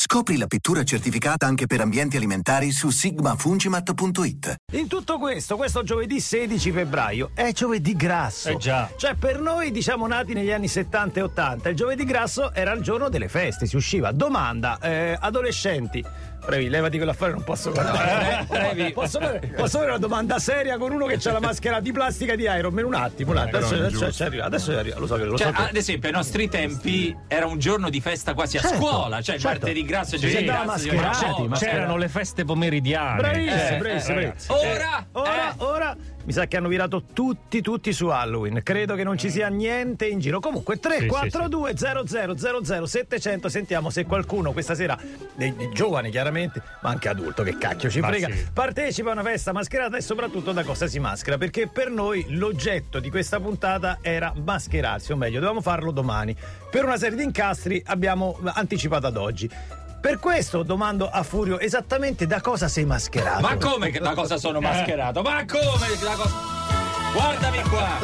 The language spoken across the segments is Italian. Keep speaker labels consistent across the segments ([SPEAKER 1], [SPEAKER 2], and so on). [SPEAKER 1] Scopri la pittura certificata anche per ambienti alimentari su sigmafungimat.it.
[SPEAKER 2] In tutto questo, questo giovedì 16 febbraio è giovedì grasso.
[SPEAKER 3] Eh già.
[SPEAKER 2] Cioè, per noi, diciamo, nati negli anni 70 e 80, il giovedì grasso era il giorno delle feste, si usciva. Domanda, eh, adolescenti. Previ, levati quell'affare, non posso guardare.
[SPEAKER 3] eh, Previ.
[SPEAKER 2] Posso, fare, posso fare una domanda seria con uno che ha la maschera di plastica di Iron Man? Un attimo, un
[SPEAKER 3] Eh,
[SPEAKER 2] attimo. Adesso, adesso ci arriva, adesso ci arriva. Lo so che lo
[SPEAKER 3] Cioè,
[SPEAKER 2] so. che-
[SPEAKER 3] ad esempio, ai nostri tempi era un giorno di festa quasi a
[SPEAKER 2] Certo,
[SPEAKER 3] scuola, cioè
[SPEAKER 2] certo.
[SPEAKER 3] martedì grasso e
[SPEAKER 2] Ci si
[SPEAKER 3] giovedì
[SPEAKER 2] andava
[SPEAKER 3] grasso.
[SPEAKER 2] mascherati,
[SPEAKER 3] dicevano, "Oh,
[SPEAKER 2] ma-
[SPEAKER 4] C'erano le feste pomeridiane.
[SPEAKER 2] Bravissimo,
[SPEAKER 3] eh,
[SPEAKER 2] bravissimo,
[SPEAKER 3] eh,
[SPEAKER 2] bravissimo.
[SPEAKER 3] Ora,
[SPEAKER 2] Ora,
[SPEAKER 3] eh.
[SPEAKER 2] ora mi sa che hanno virato tutti, tutti su Halloween. Credo che non ci sia niente in giro. Comunque, 342 00 700 Sentiamo se qualcuno questa sera, dei, dei giovani chiaramente, ma anche adulto, che cacchio ci
[SPEAKER 4] Ma
[SPEAKER 2] frega,
[SPEAKER 4] sì.
[SPEAKER 2] partecipa a una festa mascherata e soprattutto da cosa si maschera. Perché per noi l'oggetto di questa puntata era mascherarsi, o meglio, dovevamo farlo domani. Per una serie di incastri abbiamo anticipato ad oggi. Per questo domando a Furio esattamente da cosa sei mascherato.
[SPEAKER 3] Ma come che da cosa
[SPEAKER 2] Eh.
[SPEAKER 3] sono mascherato? Ma come che da cosa. Guardami
[SPEAKER 2] Eh.
[SPEAKER 3] qua!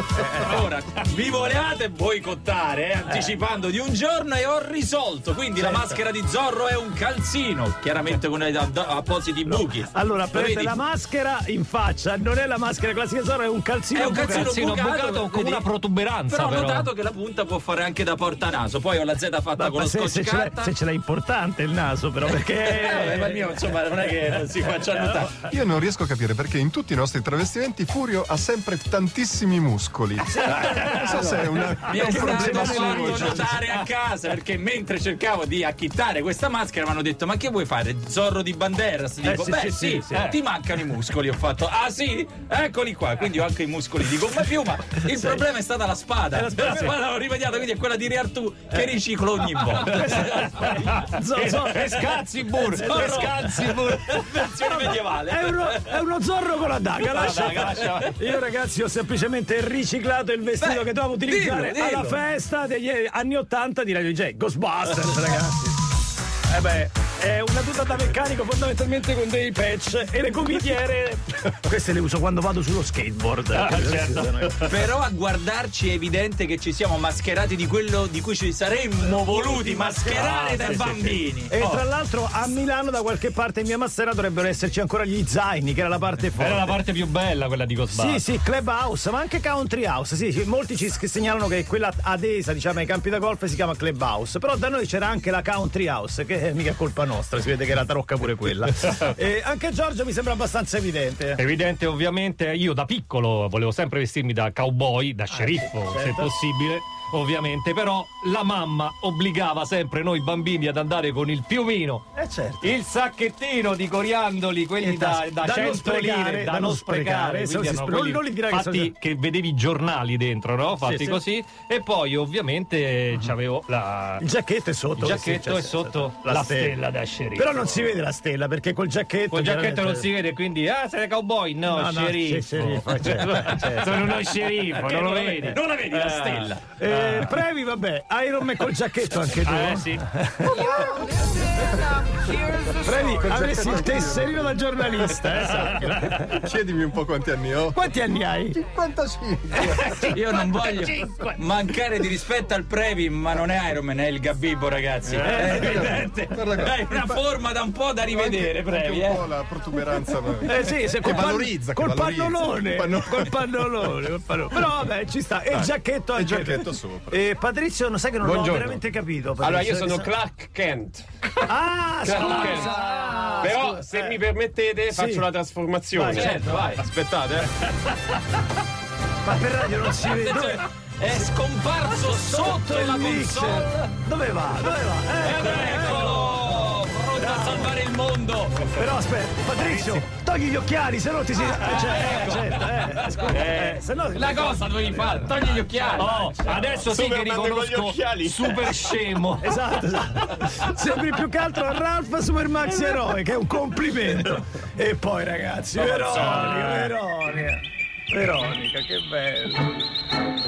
[SPEAKER 3] Ora, mi volevate boicottare, eh, anticipando di un giorno e ho risolto. Quindi la
[SPEAKER 2] Certo.
[SPEAKER 3] maschera di Zorro è un calzino, chiaramente con ad- ad- appositi buchi.
[SPEAKER 2] Allora,
[SPEAKER 3] Lo
[SPEAKER 2] prende
[SPEAKER 3] vedi?
[SPEAKER 2] la maschera in faccia, non è la maschera classica Zorro, è un calzino.
[SPEAKER 3] È un
[SPEAKER 2] bucato.
[SPEAKER 3] calzino
[SPEAKER 4] Calzino
[SPEAKER 3] bucato,
[SPEAKER 4] bucato con
[SPEAKER 3] vedi?
[SPEAKER 4] una protuberanza,
[SPEAKER 3] Però ho
[SPEAKER 4] però.
[SPEAKER 3] notato che la punta può fare anche da portanaso. Poi ho la Z fatta
[SPEAKER 2] Ma-
[SPEAKER 3] con
[SPEAKER 2] ma
[SPEAKER 3] lo
[SPEAKER 2] se, se
[SPEAKER 3] scotch
[SPEAKER 2] ce l'hai,
[SPEAKER 3] carta.
[SPEAKER 2] se ce l'hai importante il naso, però,
[SPEAKER 3] Eh,
[SPEAKER 2] perché.
[SPEAKER 3] vabbè, ma il mio, insomma, non è che non si faccia notare.
[SPEAKER 5] Io non riesco a capire perché in tutti i nostri travestimenti Furio ha sempre tantissimi muscoli. Non so se è una-
[SPEAKER 3] Mi
[SPEAKER 5] è
[SPEAKER 3] è
[SPEAKER 5] un problema
[SPEAKER 3] stato
[SPEAKER 5] suo.
[SPEAKER 3] fatto notare a casa perché mentre cercavo di acchittare questa maschera mi hanno detto ma che vuoi fare Zorro di Banderas? Dico
[SPEAKER 2] sì,
[SPEAKER 3] beh
[SPEAKER 2] sì,
[SPEAKER 3] sì,
[SPEAKER 2] sì, sì, eh."
[SPEAKER 3] ti mancano i muscoli ho fatto ah sì eccoli qua quindi ho anche i muscoli di gomma piuma il problema è stata la spada la
[SPEAKER 2] Eh, spada,
[SPEAKER 3] spada
[SPEAKER 2] sì. Eh.
[SPEAKER 3] l'ho rimediata quindi è quella di Re Artù che riciclo ogni volta
[SPEAKER 2] Zo- zo-
[SPEAKER 4] E scazzi pur, e scazzi pur.
[SPEAKER 3] versione medievale
[SPEAKER 2] È uno, è uno zorro con la daga, lascia.
[SPEAKER 4] daga, lascia.
[SPEAKER 2] Io ragazzi ho semplicemente riciclato il vestito
[SPEAKER 3] Beh,
[SPEAKER 2] che dovevo utilizzare
[SPEAKER 3] dillo, dillo.
[SPEAKER 2] alla festa degli anni 80 di Radio J. Ghostbusters, ragazzi. Eh beh, è una tuta da meccanico fondamentalmente con dei patch e le gomitiere. Queste le uso quando vado sullo skateboard.
[SPEAKER 3] Però a guardarci è evidente che ci siamo mascherati di quello di cui ci saremmo voluti mascherare da bambini.
[SPEAKER 2] E
[SPEAKER 3] Oh,
[SPEAKER 2] tra l'altro a Milano da qualche parte in via Massera dovrebbero esserci ancora gli zaini, che era la parte forte.
[SPEAKER 4] Era la parte più bella quella di
[SPEAKER 2] Sì,
[SPEAKER 4] Ghostbusters.
[SPEAKER 2] sì, club house, ma anche country house. Sì, sì, molti ci s- segnalano che quella adesa, diciamo, ai campi da golf si chiama club house. Però da noi c'era anche la country house, che è mica è colpa nostra, si vede che era tarocca pure quella. e anche Giorgio mi sembra abbastanza evidente.
[SPEAKER 4] Evidente, ovviamente, io da piccolo volevo sempre vestirmi da cowboy,
[SPEAKER 3] Eh,
[SPEAKER 4] da sceriffo,
[SPEAKER 2] certo.
[SPEAKER 4] se possibile, ovviamente, però la mamma obbligava sempre noi bambini ad andare con il piumino.
[SPEAKER 2] Eh certo.
[SPEAKER 4] Il sacchettino di coriandoli, quelli
[SPEAKER 2] E da-
[SPEAKER 4] da, da,
[SPEAKER 2] Eh, da non
[SPEAKER 4] 100
[SPEAKER 2] sprecare,
[SPEAKER 4] lire,
[SPEAKER 2] da
[SPEAKER 4] da,
[SPEAKER 2] non
[SPEAKER 4] non
[SPEAKER 2] sprecare,
[SPEAKER 4] sprecare,
[SPEAKER 2] se non
[SPEAKER 4] quindi
[SPEAKER 2] si
[SPEAKER 4] erano
[SPEAKER 2] spre-
[SPEAKER 4] quelli
[SPEAKER 2] non li dirà che
[SPEAKER 4] fatti
[SPEAKER 2] sono-
[SPEAKER 4] che vedevi i giornali dentro, no? Fatti
[SPEAKER 2] sì. Mhm.
[SPEAKER 4] così. E poi ovviamente c'avevo la,
[SPEAKER 2] Il giacchetto è sotto.
[SPEAKER 4] Il
[SPEAKER 2] sì,
[SPEAKER 4] giacchetto
[SPEAKER 2] sì,
[SPEAKER 4] è
[SPEAKER 2] sì,
[SPEAKER 4] sotto
[SPEAKER 2] sì,
[SPEAKER 4] la stella da sceriffo.
[SPEAKER 2] Però non si vede la stella perché col giacchetto.
[SPEAKER 4] Col giacchetto non
[SPEAKER 2] chiaramente-
[SPEAKER 4] si vede, quindi ah, sei cowboy? No,
[SPEAKER 2] No, no,
[SPEAKER 4] sceriffo.
[SPEAKER 2] sei sceriffo, certo, certo.
[SPEAKER 4] Sono uno sceriffo, non lo vedi. Ah.
[SPEAKER 3] Non la vedi la stella?
[SPEAKER 2] Eh, Previ, vabbè, Iron Man col giacchetto anche tu.
[SPEAKER 4] Ah, eh, sì.
[SPEAKER 2] Previ, avresti il tesserino da giornalista, eh, sai.
[SPEAKER 4] Esatto.
[SPEAKER 5] Chiedimi un po' quanti anni ho.
[SPEAKER 2] Quanti anni hai?
[SPEAKER 5] 55.
[SPEAKER 3] Io non voglio mancare di rispetto al Previ, ma non è Iron Man, è il Gabibbo, ragazzi.
[SPEAKER 4] Eh,
[SPEAKER 2] Eh,
[SPEAKER 3] È evidente.
[SPEAKER 5] Guarda qua.
[SPEAKER 3] È una forma da un po' da rivedere, Previ.
[SPEAKER 5] Anche un
[SPEAKER 3] Eh.
[SPEAKER 5] po' la protuberanza. ma-
[SPEAKER 2] Eh sì, se
[SPEAKER 5] Che
[SPEAKER 2] col pan-
[SPEAKER 5] valorizza, che
[SPEAKER 2] col
[SPEAKER 5] valorizza.
[SPEAKER 2] pannolone,
[SPEAKER 5] Col pannolone.
[SPEAKER 2] col pannolone, col pannolone. Però vabbè, ci sta. E il
[SPEAKER 5] Dai,
[SPEAKER 2] giacchetto
[SPEAKER 5] e il
[SPEAKER 2] anche.
[SPEAKER 5] giacchetto sopra.
[SPEAKER 2] Eh, Patrizio, non sai che non l'ho
[SPEAKER 6] Buongiorno.
[SPEAKER 2] veramente capito.
[SPEAKER 6] Allora, io
[SPEAKER 2] Patrizio.
[SPEAKER 6] sono Clark Kent.
[SPEAKER 2] Ah,
[SPEAKER 6] Clark Kent.
[SPEAKER 2] scusa. Ah,
[SPEAKER 6] Però,
[SPEAKER 2] scusa,
[SPEAKER 6] se
[SPEAKER 2] eh.
[SPEAKER 6] mi permettete,
[SPEAKER 2] Sì.
[SPEAKER 6] faccio la
[SPEAKER 2] Vai,
[SPEAKER 6] trasformazione.
[SPEAKER 3] Certo, vai.
[SPEAKER 6] Aspettate, eh.
[SPEAKER 2] Ma per radio non si vede. Dove-
[SPEAKER 3] Attenzione, È scomparso sotto
[SPEAKER 2] il
[SPEAKER 3] la
[SPEAKER 2] mixer.
[SPEAKER 3] console.
[SPEAKER 2] Dove va? Dove va? Eh,
[SPEAKER 3] Eccolo! Pronto a salvare il mondo.
[SPEAKER 2] Però aspetta, Patrizio, togli gli occhiali, se no ti si. Eh, cioè,
[SPEAKER 3] ecco.
[SPEAKER 2] certo, eh, scusa, eh, se no.
[SPEAKER 3] La cosa dovevi fare, togli gli occhiali.
[SPEAKER 4] Oh, adesso sì che
[SPEAKER 7] Superman con gli
[SPEAKER 4] riconosco
[SPEAKER 7] occhiali.
[SPEAKER 4] super scemo.
[SPEAKER 2] Esatto, esatto. Sembri più che altro a Ralph Supermax Eroe, che è un complimento. E poi ragazzi, Veronica, Veronica. Veronica, che bello.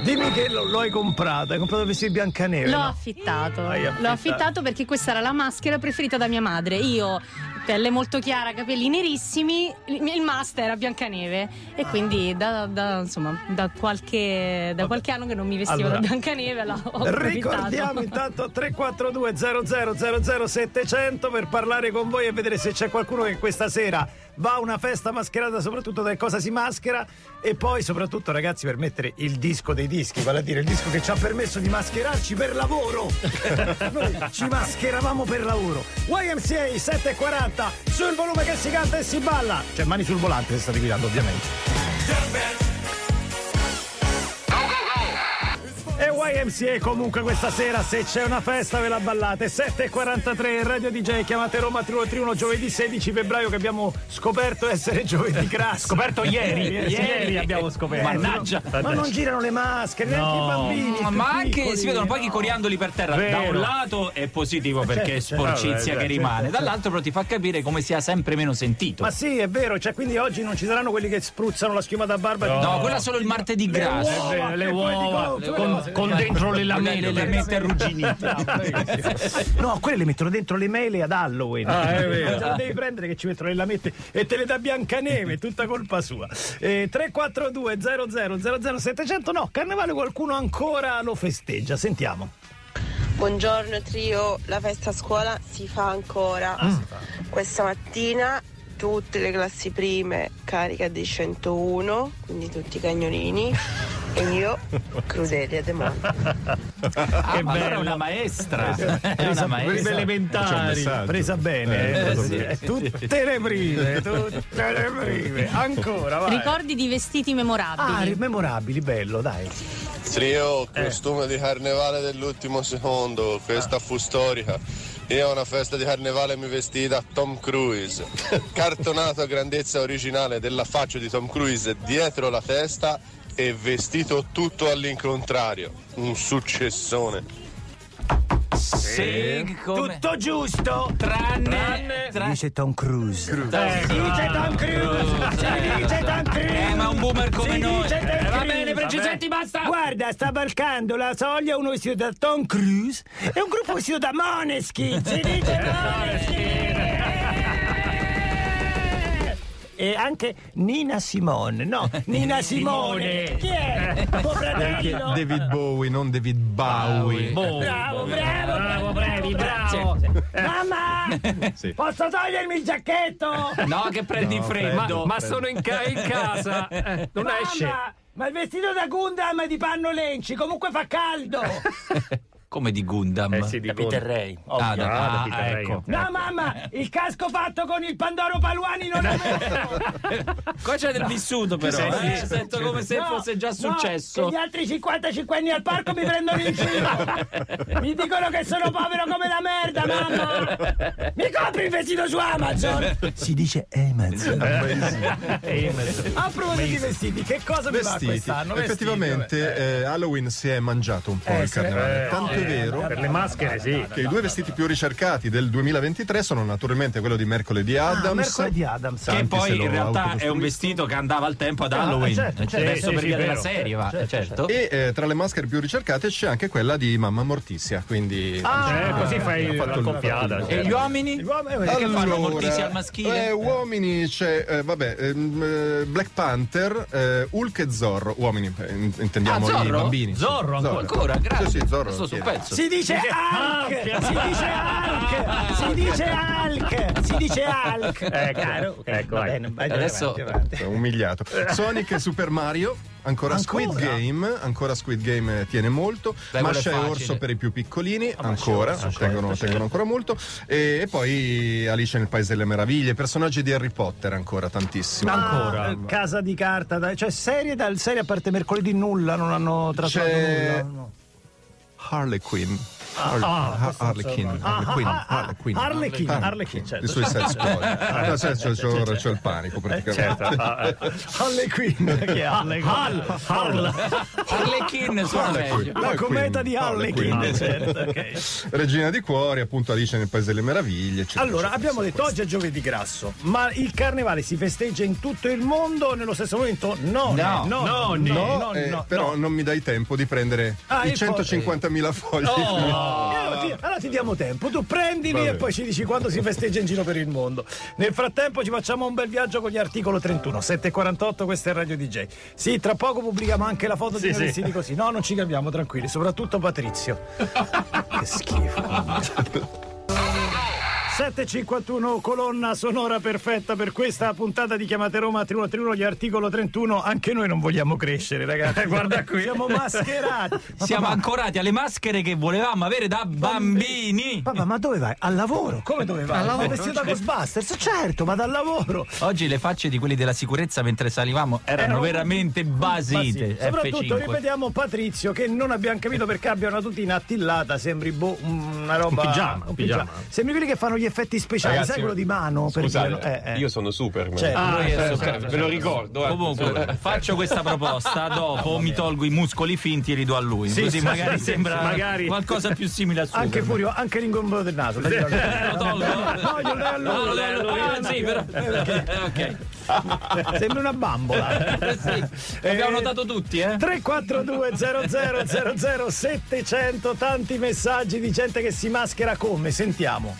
[SPEAKER 2] Dimmi che lo, lo hai comprata, hai comprato il vestito di Biancaneve.
[SPEAKER 8] L'ho
[SPEAKER 2] no?
[SPEAKER 8] affittato.
[SPEAKER 2] Hai affittato.
[SPEAKER 8] L'ho affittato perché questa era la maschera preferita da mia madre. Io, pelle molto chiara, capelli nerissimi, il il master era Biancaneve. E quindi da, da- insomma, da, qualche, da qualche anno che non mi vestivo
[SPEAKER 2] Allora,
[SPEAKER 8] da Biancaneve la ho
[SPEAKER 2] Ricordiamo
[SPEAKER 8] approfittato.
[SPEAKER 2] intanto 342 00 700 per parlare con voi e vedere se c'è qualcuno che questa sera va a una festa mascherata, soprattutto da cosa si maschera e poi soprattutto ragazzi per mettere il disco dei dischi, vale a dire il disco che ci ha permesso di mascherarci per lavoro. Noi ci mascheravamo per lavoro. YMCA 740 sul volume che si canta e si balla. Cioè mani sul volante se state guidando ovviamente. E YMCA comunque questa sera se c'è una festa ve la ballate 7.43 Radio DJ chiamate Roma 3131 giovedì 16 febbraio che abbiamo scoperto essere giovedì grasso
[SPEAKER 4] Scoperto ieri, ieri abbiamo scoperto. Mannaggia.
[SPEAKER 2] ma non girano le maschere neanche i bambini
[SPEAKER 3] Ma-
[SPEAKER 2] più
[SPEAKER 3] Ma anche
[SPEAKER 2] piccoli.
[SPEAKER 3] si vedono pochi coriandoli per terra. Da
[SPEAKER 4] Vero.
[SPEAKER 3] un lato è positivo perché è
[SPEAKER 2] certo,
[SPEAKER 3] sporcizia
[SPEAKER 2] certo,
[SPEAKER 3] che
[SPEAKER 2] certo,
[SPEAKER 3] rimane,
[SPEAKER 2] certo.
[SPEAKER 3] dall'altro però ti fa capire come sia sempre meno sentito.
[SPEAKER 2] ma sì è vero cioè quindi oggi non ci saranno quelli che spruzzano la schiuma da barba
[SPEAKER 3] No, quella solo il martedì grasso.
[SPEAKER 2] uova,
[SPEAKER 4] Eh, le
[SPEAKER 2] che poi ti
[SPEAKER 4] uova
[SPEAKER 2] gonfiano, le
[SPEAKER 4] con,
[SPEAKER 2] cose.
[SPEAKER 4] con dentro le
[SPEAKER 3] La
[SPEAKER 4] lamelle.
[SPEAKER 3] le lamette arrugginite.
[SPEAKER 2] No, quelle le mettono dentro le mele ad Halloween.
[SPEAKER 4] Ah, è vero.
[SPEAKER 2] Te le devi prendere che ci mettono le lamette e te le dà Biancaneve, è tutta colpa sua. Eh, 342 00 700 no, carnevale qualcuno ancora lo festeggia, sentiamo.
[SPEAKER 9] Buongiorno trio, la festa a scuola si fa ancora.
[SPEAKER 2] Ah.
[SPEAKER 9] Questa mattina tutte le classi prime carica di 101, quindi tutti i cagnolini e io Crudelia De Monte.
[SPEAKER 3] che
[SPEAKER 4] ma allora è
[SPEAKER 3] Ah, è
[SPEAKER 4] una
[SPEAKER 3] una maestra. È
[SPEAKER 2] Presa-
[SPEAKER 3] una maestra.
[SPEAKER 5] C'è un
[SPEAKER 4] elementari.
[SPEAKER 5] messaggio.
[SPEAKER 2] Presa bene, eh,
[SPEAKER 5] Eh,
[SPEAKER 2] così,
[SPEAKER 5] sì,
[SPEAKER 2] eh, tutte le prime, tutte le prime, ancora, vai.
[SPEAKER 8] Ricordi di vestiti
[SPEAKER 2] Ah,
[SPEAKER 8] memorabili.
[SPEAKER 2] memorabili, bello, dai.
[SPEAKER 7] Trio,
[SPEAKER 2] Eh.
[SPEAKER 7] costume di carnevale dell'ultimo secondo,
[SPEAKER 2] Ah.
[SPEAKER 7] questa fu storica. Io a una festa di carnevale mi vestii da Tom Cruise, cartonato a grandezza originale della faccia di Tom Cruise dietro la testa e vestito tutto all'incontrario. Un successone.
[SPEAKER 3] Cioè, Sì, come-
[SPEAKER 2] Tutto giusto.
[SPEAKER 3] tranne, tra-
[SPEAKER 2] Dice Tom Cruise. Eh, Dice Tom Cruise. Dice Tom Cruise.
[SPEAKER 3] Eh, ma un boomer come
[SPEAKER 2] Sì,
[SPEAKER 3] noi.
[SPEAKER 2] dice Tom
[SPEAKER 3] Eh, va
[SPEAKER 2] Cruise.
[SPEAKER 3] bene, Precisetti, basta.
[SPEAKER 2] Guarda, sta varcando la soglia uno vestito da Tom Cruise e un gruppo vestito da Moneskin. Si dice Eh, Moneskin. Eh, E anche Nina Simone, no, Nina Simone. Chi è? Tuo fratello?
[SPEAKER 5] David Bowie, non David Bowie.
[SPEAKER 2] Bravo, bravo, bravo, bravi, bravo. Mamma,
[SPEAKER 5] Sì.
[SPEAKER 2] posso togliermi il giacchetto?
[SPEAKER 3] No, che prendi freddo.
[SPEAKER 4] Ma sono in, ca- in casa. eh, non
[SPEAKER 2] Mamma,
[SPEAKER 4] esce.
[SPEAKER 2] Ma il vestito da Gundam è di panno lenci, comunque fa caldo.
[SPEAKER 3] Come di Gundam.
[SPEAKER 2] Eh,
[SPEAKER 7] di Peter Ray.
[SPEAKER 3] Ah, da- ah, ecco.
[SPEAKER 2] No, mamma, il casco fatto con il Pandoro Paluani non è vero.
[SPEAKER 3] Qua c'è del vissuto però, eh.
[SPEAKER 2] Cioè,
[SPEAKER 3] sento come se
[SPEAKER 2] No,
[SPEAKER 3] fosse già
[SPEAKER 2] no,
[SPEAKER 3] successo.
[SPEAKER 2] che gli altri 55 anni al parco mi prendono in giro. Mi dicono che sono povero come la merda, mamma. Mi compri il vestito su Amazon? Si dice Amazon. A proposito di vestiti, che cosa mi va
[SPEAKER 5] Vestiti.
[SPEAKER 2] quest'anno? Vestiti,
[SPEAKER 5] Effettivamente eh, Halloween si è mangiato un po'
[SPEAKER 2] Eh,
[SPEAKER 5] il
[SPEAKER 2] sì,
[SPEAKER 5] carnevale.
[SPEAKER 2] eh,
[SPEAKER 5] Tanto è vero
[SPEAKER 2] le maschere, sì. Eh,
[SPEAKER 5] che i due vestiti più ricercati del 2023 sono naturalmente quello di mercoledì Adams.
[SPEAKER 2] Ah, mercoledì Adams.
[SPEAKER 5] Tanti
[SPEAKER 3] che poi
[SPEAKER 5] se lo
[SPEAKER 3] in realtà è un
[SPEAKER 5] autocostruiscono.
[SPEAKER 3] vestito che andava al tempo ad Halloween.
[SPEAKER 2] certo,
[SPEAKER 3] Cioè,
[SPEAKER 2] sì,
[SPEAKER 3] adesso
[SPEAKER 2] sì,
[SPEAKER 3] per
[SPEAKER 2] sì,
[SPEAKER 3] via della
[SPEAKER 2] vero.
[SPEAKER 3] serie, va. Certo.
[SPEAKER 5] E eh, tra le maschere più ricercate c'è anche quella di Mamma Morticia, quindi
[SPEAKER 3] Ah,
[SPEAKER 5] Ah.
[SPEAKER 2] così
[SPEAKER 5] fai la coppiata.
[SPEAKER 2] cioè.
[SPEAKER 3] E gli uomini? che fanno Morticia al maschile?
[SPEAKER 5] eh, uomini c'è, eh, vabbè, ehm, eh, Black Panther, eh, Hulk e Zorro. Uomini, eh, in- intendiamo
[SPEAKER 3] Ah,
[SPEAKER 5] i
[SPEAKER 3] Zorro?
[SPEAKER 5] bambini. sì.
[SPEAKER 3] Zorro ancora? Ancora, grazie.
[SPEAKER 5] Sì, sì, Zorro.
[SPEAKER 3] Sto sul
[SPEAKER 5] sì.
[SPEAKER 3] pezzo.
[SPEAKER 2] Si dice Hulk, si dice Hulk, si dice Hulk, si dice Hulk. Ecco, ecco,
[SPEAKER 3] Adesso-
[SPEAKER 5] Sono Umiliato. Sonic e Super Mario. Ancora, Squid Game, ancora Squid Game eh, tiene molto,
[SPEAKER 3] Dai, quello è
[SPEAKER 5] Masha e
[SPEAKER 3] facile.
[SPEAKER 5] Orso per i più piccolini, ancora, tengono, tengono ancora molto, e, e poi Alice nel Paese delle Meraviglie, personaggi di Harry Potter ancora tantissimo.
[SPEAKER 2] Ancora Ah, casa di carta, dai, cioè serie dal serie a parte mercoledì nulla, non hanno trattato
[SPEAKER 5] C'è-
[SPEAKER 2] nulla. no.
[SPEAKER 5] Harley Quinn.
[SPEAKER 2] ah,
[SPEAKER 5] Harley, Ha-
[SPEAKER 2] questo non
[SPEAKER 5] Harley
[SPEAKER 2] so
[SPEAKER 5] Quinn,
[SPEAKER 2] mai.
[SPEAKER 5] Harley
[SPEAKER 2] Ah,
[SPEAKER 5] Quinn,
[SPEAKER 2] ah, ah,
[SPEAKER 5] Harley Quinn.
[SPEAKER 2] Harley Quinn, Harley Quinn, certo.
[SPEAKER 5] I suoi sex toy.
[SPEAKER 2] Eh,
[SPEAKER 5] No,
[SPEAKER 2] certo,
[SPEAKER 5] cioè, c'ho- c'ho-
[SPEAKER 2] certo.
[SPEAKER 5] c'ho il panico
[SPEAKER 2] Eh, certo.
[SPEAKER 5] praticamente.
[SPEAKER 2] Ah, eh. Harley Quinn, che è Harley Quinn?
[SPEAKER 4] Hal- Hal-
[SPEAKER 3] Harlequin suona
[SPEAKER 5] Harley
[SPEAKER 3] meglio.
[SPEAKER 5] Quinn,
[SPEAKER 2] La
[SPEAKER 5] Harley
[SPEAKER 2] cometa
[SPEAKER 5] Quinn,
[SPEAKER 2] di Harley
[SPEAKER 5] Harley
[SPEAKER 2] Quinn,
[SPEAKER 5] Quinn.
[SPEAKER 2] certo, ok.
[SPEAKER 5] Regina di cuori, appunto Alice nel Paese delle Meraviglie. eccetera,
[SPEAKER 2] Allora,
[SPEAKER 5] eccetera.
[SPEAKER 2] abbiamo detto oggi è giovedì grasso, ma il carnevale si festeggia in tutto il mondo nello stesso momento? No, no,
[SPEAKER 3] No.
[SPEAKER 2] no, no,
[SPEAKER 5] No,
[SPEAKER 2] no,
[SPEAKER 5] eh,
[SPEAKER 2] no,
[SPEAKER 5] però
[SPEAKER 2] no.
[SPEAKER 5] non mi dai tempo di prendere
[SPEAKER 2] Ah,
[SPEAKER 5] i
[SPEAKER 2] il fo-
[SPEAKER 5] 150.000 fogli.
[SPEAKER 2] Eh, allora, ti, allora ti diamo tempo, tu prendili
[SPEAKER 5] Vabbè.
[SPEAKER 2] e poi ci dici quando si festeggia in giro per il mondo. Nel frattempo ci facciamo un bel viaggio con gli articolo 31, 748, questo è il Radio DJ. Sì, tra poco pubblichiamo anche la foto
[SPEAKER 4] Sì,
[SPEAKER 2] di noi
[SPEAKER 4] sì.
[SPEAKER 2] vestiti così. No, non ci cambiamo, tranquilli, soprattutto Patrizio. che schifo. 751 colonna sonora perfetta per questa puntata di chiamate Roma 3131 gli articolo 31 anche noi non vogliamo crescere ragazzi guarda qui siamo mascherati Ma
[SPEAKER 3] Siamo
[SPEAKER 2] papà,
[SPEAKER 3] ancorati alle maschere che volevamo avere da bambini.
[SPEAKER 2] Papà, ma dove vai? Al lavoro? Come dove vai? Eh,
[SPEAKER 3] Al lavoro,
[SPEAKER 2] Vai vestito da Ghostbusters? Certo, vado al lavoro.
[SPEAKER 3] Oggi le facce di quelli della sicurezza mentre salivamo erano
[SPEAKER 2] Erano-
[SPEAKER 3] veramente basite.
[SPEAKER 2] Basile. Soprattutto
[SPEAKER 3] F5.
[SPEAKER 2] ripetiamo Patrizio che non abbiamo capito perché abbia una tutina attillata, sembri boh, una roba.
[SPEAKER 4] Un pigiama, un pigiama.
[SPEAKER 2] Sembri quelli che fanno gli effetti speciali,
[SPEAKER 6] Ragazzi,
[SPEAKER 2] sai quello di mano? per
[SPEAKER 6] Scusate,
[SPEAKER 2] dire- eh, eh.
[SPEAKER 6] io sono Superman.
[SPEAKER 2] Cioè,
[SPEAKER 3] Ah,
[SPEAKER 2] noi-
[SPEAKER 3] io
[SPEAKER 6] Eh,
[SPEAKER 3] so-
[SPEAKER 6] cioè, ve lo ricordo. eh.
[SPEAKER 3] Comunque, faccio questa
[SPEAKER 2] certo.
[SPEAKER 3] proposta. Dopo mi tolgo i muscoli finti e li do a lui.
[SPEAKER 2] Sì,
[SPEAKER 3] Così
[SPEAKER 2] sì,
[SPEAKER 3] magari
[SPEAKER 2] sì,
[SPEAKER 3] sembra
[SPEAKER 2] sì, magari.
[SPEAKER 3] qualcosa più simile a suo.
[SPEAKER 2] anche Furio, anche l'ingombro del naso. per dire-
[SPEAKER 3] Lo tolgo?
[SPEAKER 2] No, glielo dai a lui, glielo
[SPEAKER 3] No,
[SPEAKER 2] dai a lui.
[SPEAKER 3] Ah, sì, però. Eh,
[SPEAKER 2] Sembra una bambola.
[SPEAKER 3] ok.
[SPEAKER 2] eh.
[SPEAKER 3] Sì, Abbiamo notato tutti, eh?
[SPEAKER 2] 342 700 tanti messaggi di gente che si maschera come? Sentiamo.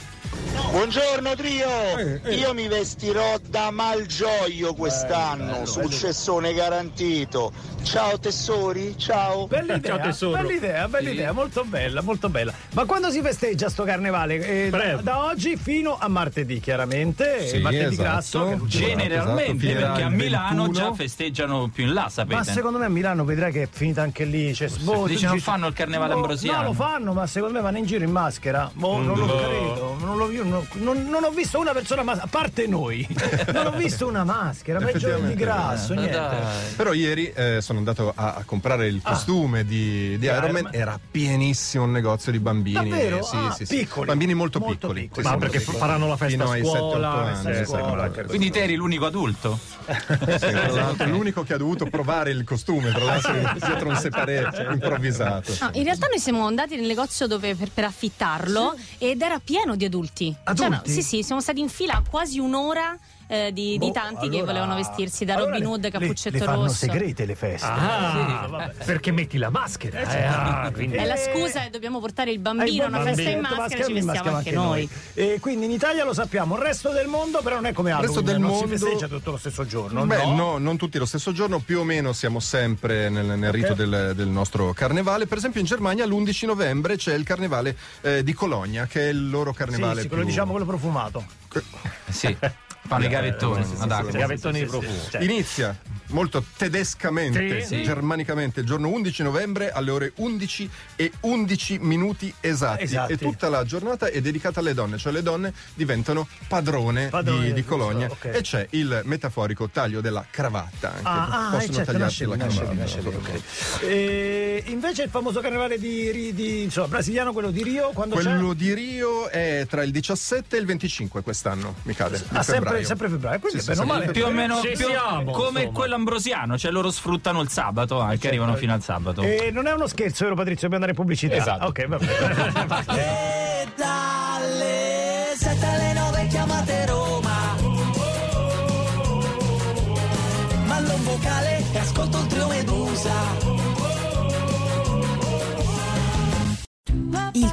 [SPEAKER 10] Buongiorno Trio,
[SPEAKER 2] eh.
[SPEAKER 10] io mi vestirò da malgioio quest'anno, successone garantito. Ciao Tessori, ciao.
[SPEAKER 2] Bella idea,
[SPEAKER 4] Eh, Ciao, tesoro.
[SPEAKER 2] bella idea, bella idea, molto bella, molto bella. Ma quando si festeggia sto carnevale? Eh, da,
[SPEAKER 4] Breve.
[SPEAKER 2] da oggi fino a martedì, chiaramente,
[SPEAKER 5] Sì,
[SPEAKER 2] e martedì
[SPEAKER 5] esatto.
[SPEAKER 2] grasso. che è l'ultimo.
[SPEAKER 5] Esatto, esatto,
[SPEAKER 3] Generalmente,
[SPEAKER 5] finirà
[SPEAKER 3] perché a
[SPEAKER 5] il
[SPEAKER 3] Milano
[SPEAKER 5] 21.
[SPEAKER 3] già festeggiano più in là,
[SPEAKER 4] eh.
[SPEAKER 2] Ma
[SPEAKER 3] sapete.
[SPEAKER 2] secondo me a Milano vedrai che è finita anche lì. Cioè, boh, tu
[SPEAKER 3] Dici, non fanno il carnevale
[SPEAKER 2] boh,
[SPEAKER 3] ambrosiano?
[SPEAKER 2] No, lo fanno, ma secondo me vanno in giro in maschera. Boh, non lo
[SPEAKER 4] Mm.
[SPEAKER 2] credo. Non, lo- io non- non- non ho visto una persona, mas- a parte noi, non ho visto una maschera. Ma è giovedì
[SPEAKER 5] Effettivamente,
[SPEAKER 2] grasso,
[SPEAKER 3] Ma
[SPEAKER 4] Esatto.
[SPEAKER 2] niente.
[SPEAKER 3] dai.
[SPEAKER 5] Però ieri eh, sono andato a, a comprare il costume di, di Iron
[SPEAKER 2] Iron
[SPEAKER 5] Man,
[SPEAKER 2] Man.
[SPEAKER 5] era pienissimo un negozio di bambini.
[SPEAKER 2] Davvero?
[SPEAKER 5] Sì,
[SPEAKER 2] Ah,
[SPEAKER 5] sì, sì.
[SPEAKER 2] piccoli.
[SPEAKER 5] Bambini molto,
[SPEAKER 2] Molto
[SPEAKER 5] piccoli.
[SPEAKER 2] piccoli.
[SPEAKER 5] Sì,
[SPEAKER 4] Ma
[SPEAKER 5] sì,
[SPEAKER 4] perché
[SPEAKER 5] molto
[SPEAKER 4] faranno la
[SPEAKER 5] piccoli.
[SPEAKER 4] festa a
[SPEAKER 5] Fino ai 7-8
[SPEAKER 4] scuola, la
[SPEAKER 5] anni.
[SPEAKER 4] festa a
[SPEAKER 5] sì,
[SPEAKER 2] scuola,
[SPEAKER 5] calcolate.
[SPEAKER 2] credo.
[SPEAKER 3] Quindi te eri l'unico adulto?
[SPEAKER 5] Sì, tra l'altro l'unico che ha dovuto provare il costume, tra l'altro dietro un separé improvvisato.
[SPEAKER 8] No, in realtà noi siamo andati nel negozio dove- per, per affittarlo ed era pieno di adulti. Cioè, no, sì, sì, siamo stati in fila quasi un'ora eh, di, di
[SPEAKER 2] Boh,
[SPEAKER 8] tanti che
[SPEAKER 2] allora-
[SPEAKER 8] volevano vestirsi da
[SPEAKER 2] allora
[SPEAKER 8] Robin
[SPEAKER 2] le-
[SPEAKER 8] Hood,
[SPEAKER 2] le-
[SPEAKER 8] Cappuccetto
[SPEAKER 2] le fanno
[SPEAKER 8] Rosso.
[SPEAKER 2] segrete le feste.
[SPEAKER 4] Ah,
[SPEAKER 2] Sì, vabbè.
[SPEAKER 4] perché metti la maschera. eh, ah, quindi-
[SPEAKER 8] È la
[SPEAKER 2] Eh,
[SPEAKER 8] scusa e dobbiamo portare il
[SPEAKER 2] Ai
[SPEAKER 8] bambino a una
[SPEAKER 2] bambini.
[SPEAKER 8] festa in
[SPEAKER 2] Detto,
[SPEAKER 8] maschera, ci
[SPEAKER 2] mascherine,
[SPEAKER 8] vestiamo
[SPEAKER 2] maschiamo
[SPEAKER 8] anche noi.
[SPEAKER 2] E quindi in Italia lo sappiamo, il resto del mondo però non è come Halloween,
[SPEAKER 5] resto del
[SPEAKER 2] non
[SPEAKER 5] mondo-
[SPEAKER 2] si festeggia tutto lo stesso giorno,
[SPEAKER 5] Beh,
[SPEAKER 2] no?
[SPEAKER 5] no. non tutti lo stesso giorno, più o meno siamo sempre nel, nel rito del, del nostro carnevale. Per esempio in Germania l'11 novembre c'è il carnevale eh, di Colonia, che è il loro
[SPEAKER 2] Sì,
[SPEAKER 5] carnevale.
[SPEAKER 2] sì, quello
[SPEAKER 5] più-
[SPEAKER 2] diciamo quello profumato. Eh,
[SPEAKER 3] Sì. Fanno i gavettoni ad acqua.
[SPEAKER 4] I gavettoni di profumo.
[SPEAKER 2] Cioè,
[SPEAKER 5] Inizia molto tedescamente,
[SPEAKER 4] Sì.
[SPEAKER 5] germanicamente, il giorno 11 novembre alle ore 11 e 11 minuti esatti.
[SPEAKER 2] Esatti.
[SPEAKER 5] E tutta la giornata è dedicata alle donne, cioè le donne diventano padrone,
[SPEAKER 2] Padrone,
[SPEAKER 5] di, di
[SPEAKER 2] giusto,
[SPEAKER 5] Colonia.
[SPEAKER 2] ok.
[SPEAKER 5] E c'è il metaforico taglio della cravatta. Anche.
[SPEAKER 2] Ah, ah, eh,
[SPEAKER 5] Possono
[SPEAKER 2] certo,
[SPEAKER 5] tagliarti
[SPEAKER 2] nasce lì,
[SPEAKER 5] la
[SPEAKER 2] nasce lì,
[SPEAKER 5] cravatta.
[SPEAKER 2] nasce lì, ok. E invece il famoso carnevale di, Ri- di insomma, brasiliano, quello di Rio, quando
[SPEAKER 5] Quello
[SPEAKER 2] c'è?
[SPEAKER 5] di Rio è tra il 17 e il 25 quest'anno, mi cade. di
[SPEAKER 2] Ah, sempre,
[SPEAKER 5] febbraio.
[SPEAKER 2] sempre febbraio, quindi
[SPEAKER 5] Sì,
[SPEAKER 2] bene
[SPEAKER 5] sì,
[SPEAKER 2] o
[SPEAKER 5] sì,
[SPEAKER 2] male.
[SPEAKER 5] sì.
[SPEAKER 3] Più o meno
[SPEAKER 4] Ci
[SPEAKER 3] più-
[SPEAKER 4] siamo,
[SPEAKER 3] come
[SPEAKER 4] insomma.
[SPEAKER 3] quello ambrosiano, cioè loro sfruttano il sabato anche, arrivano fino al sabato.
[SPEAKER 2] E non è uno scherzo, vero Patrizio? Dobbiamo andare in pubblicità.
[SPEAKER 6] Esatto.
[SPEAKER 2] Ok, va bene.
[SPEAKER 11] E dalle 7 alle 9 chiamate Roma. Mando un vocale e ascolto il trio Medusa.
[SPEAKER 12] Il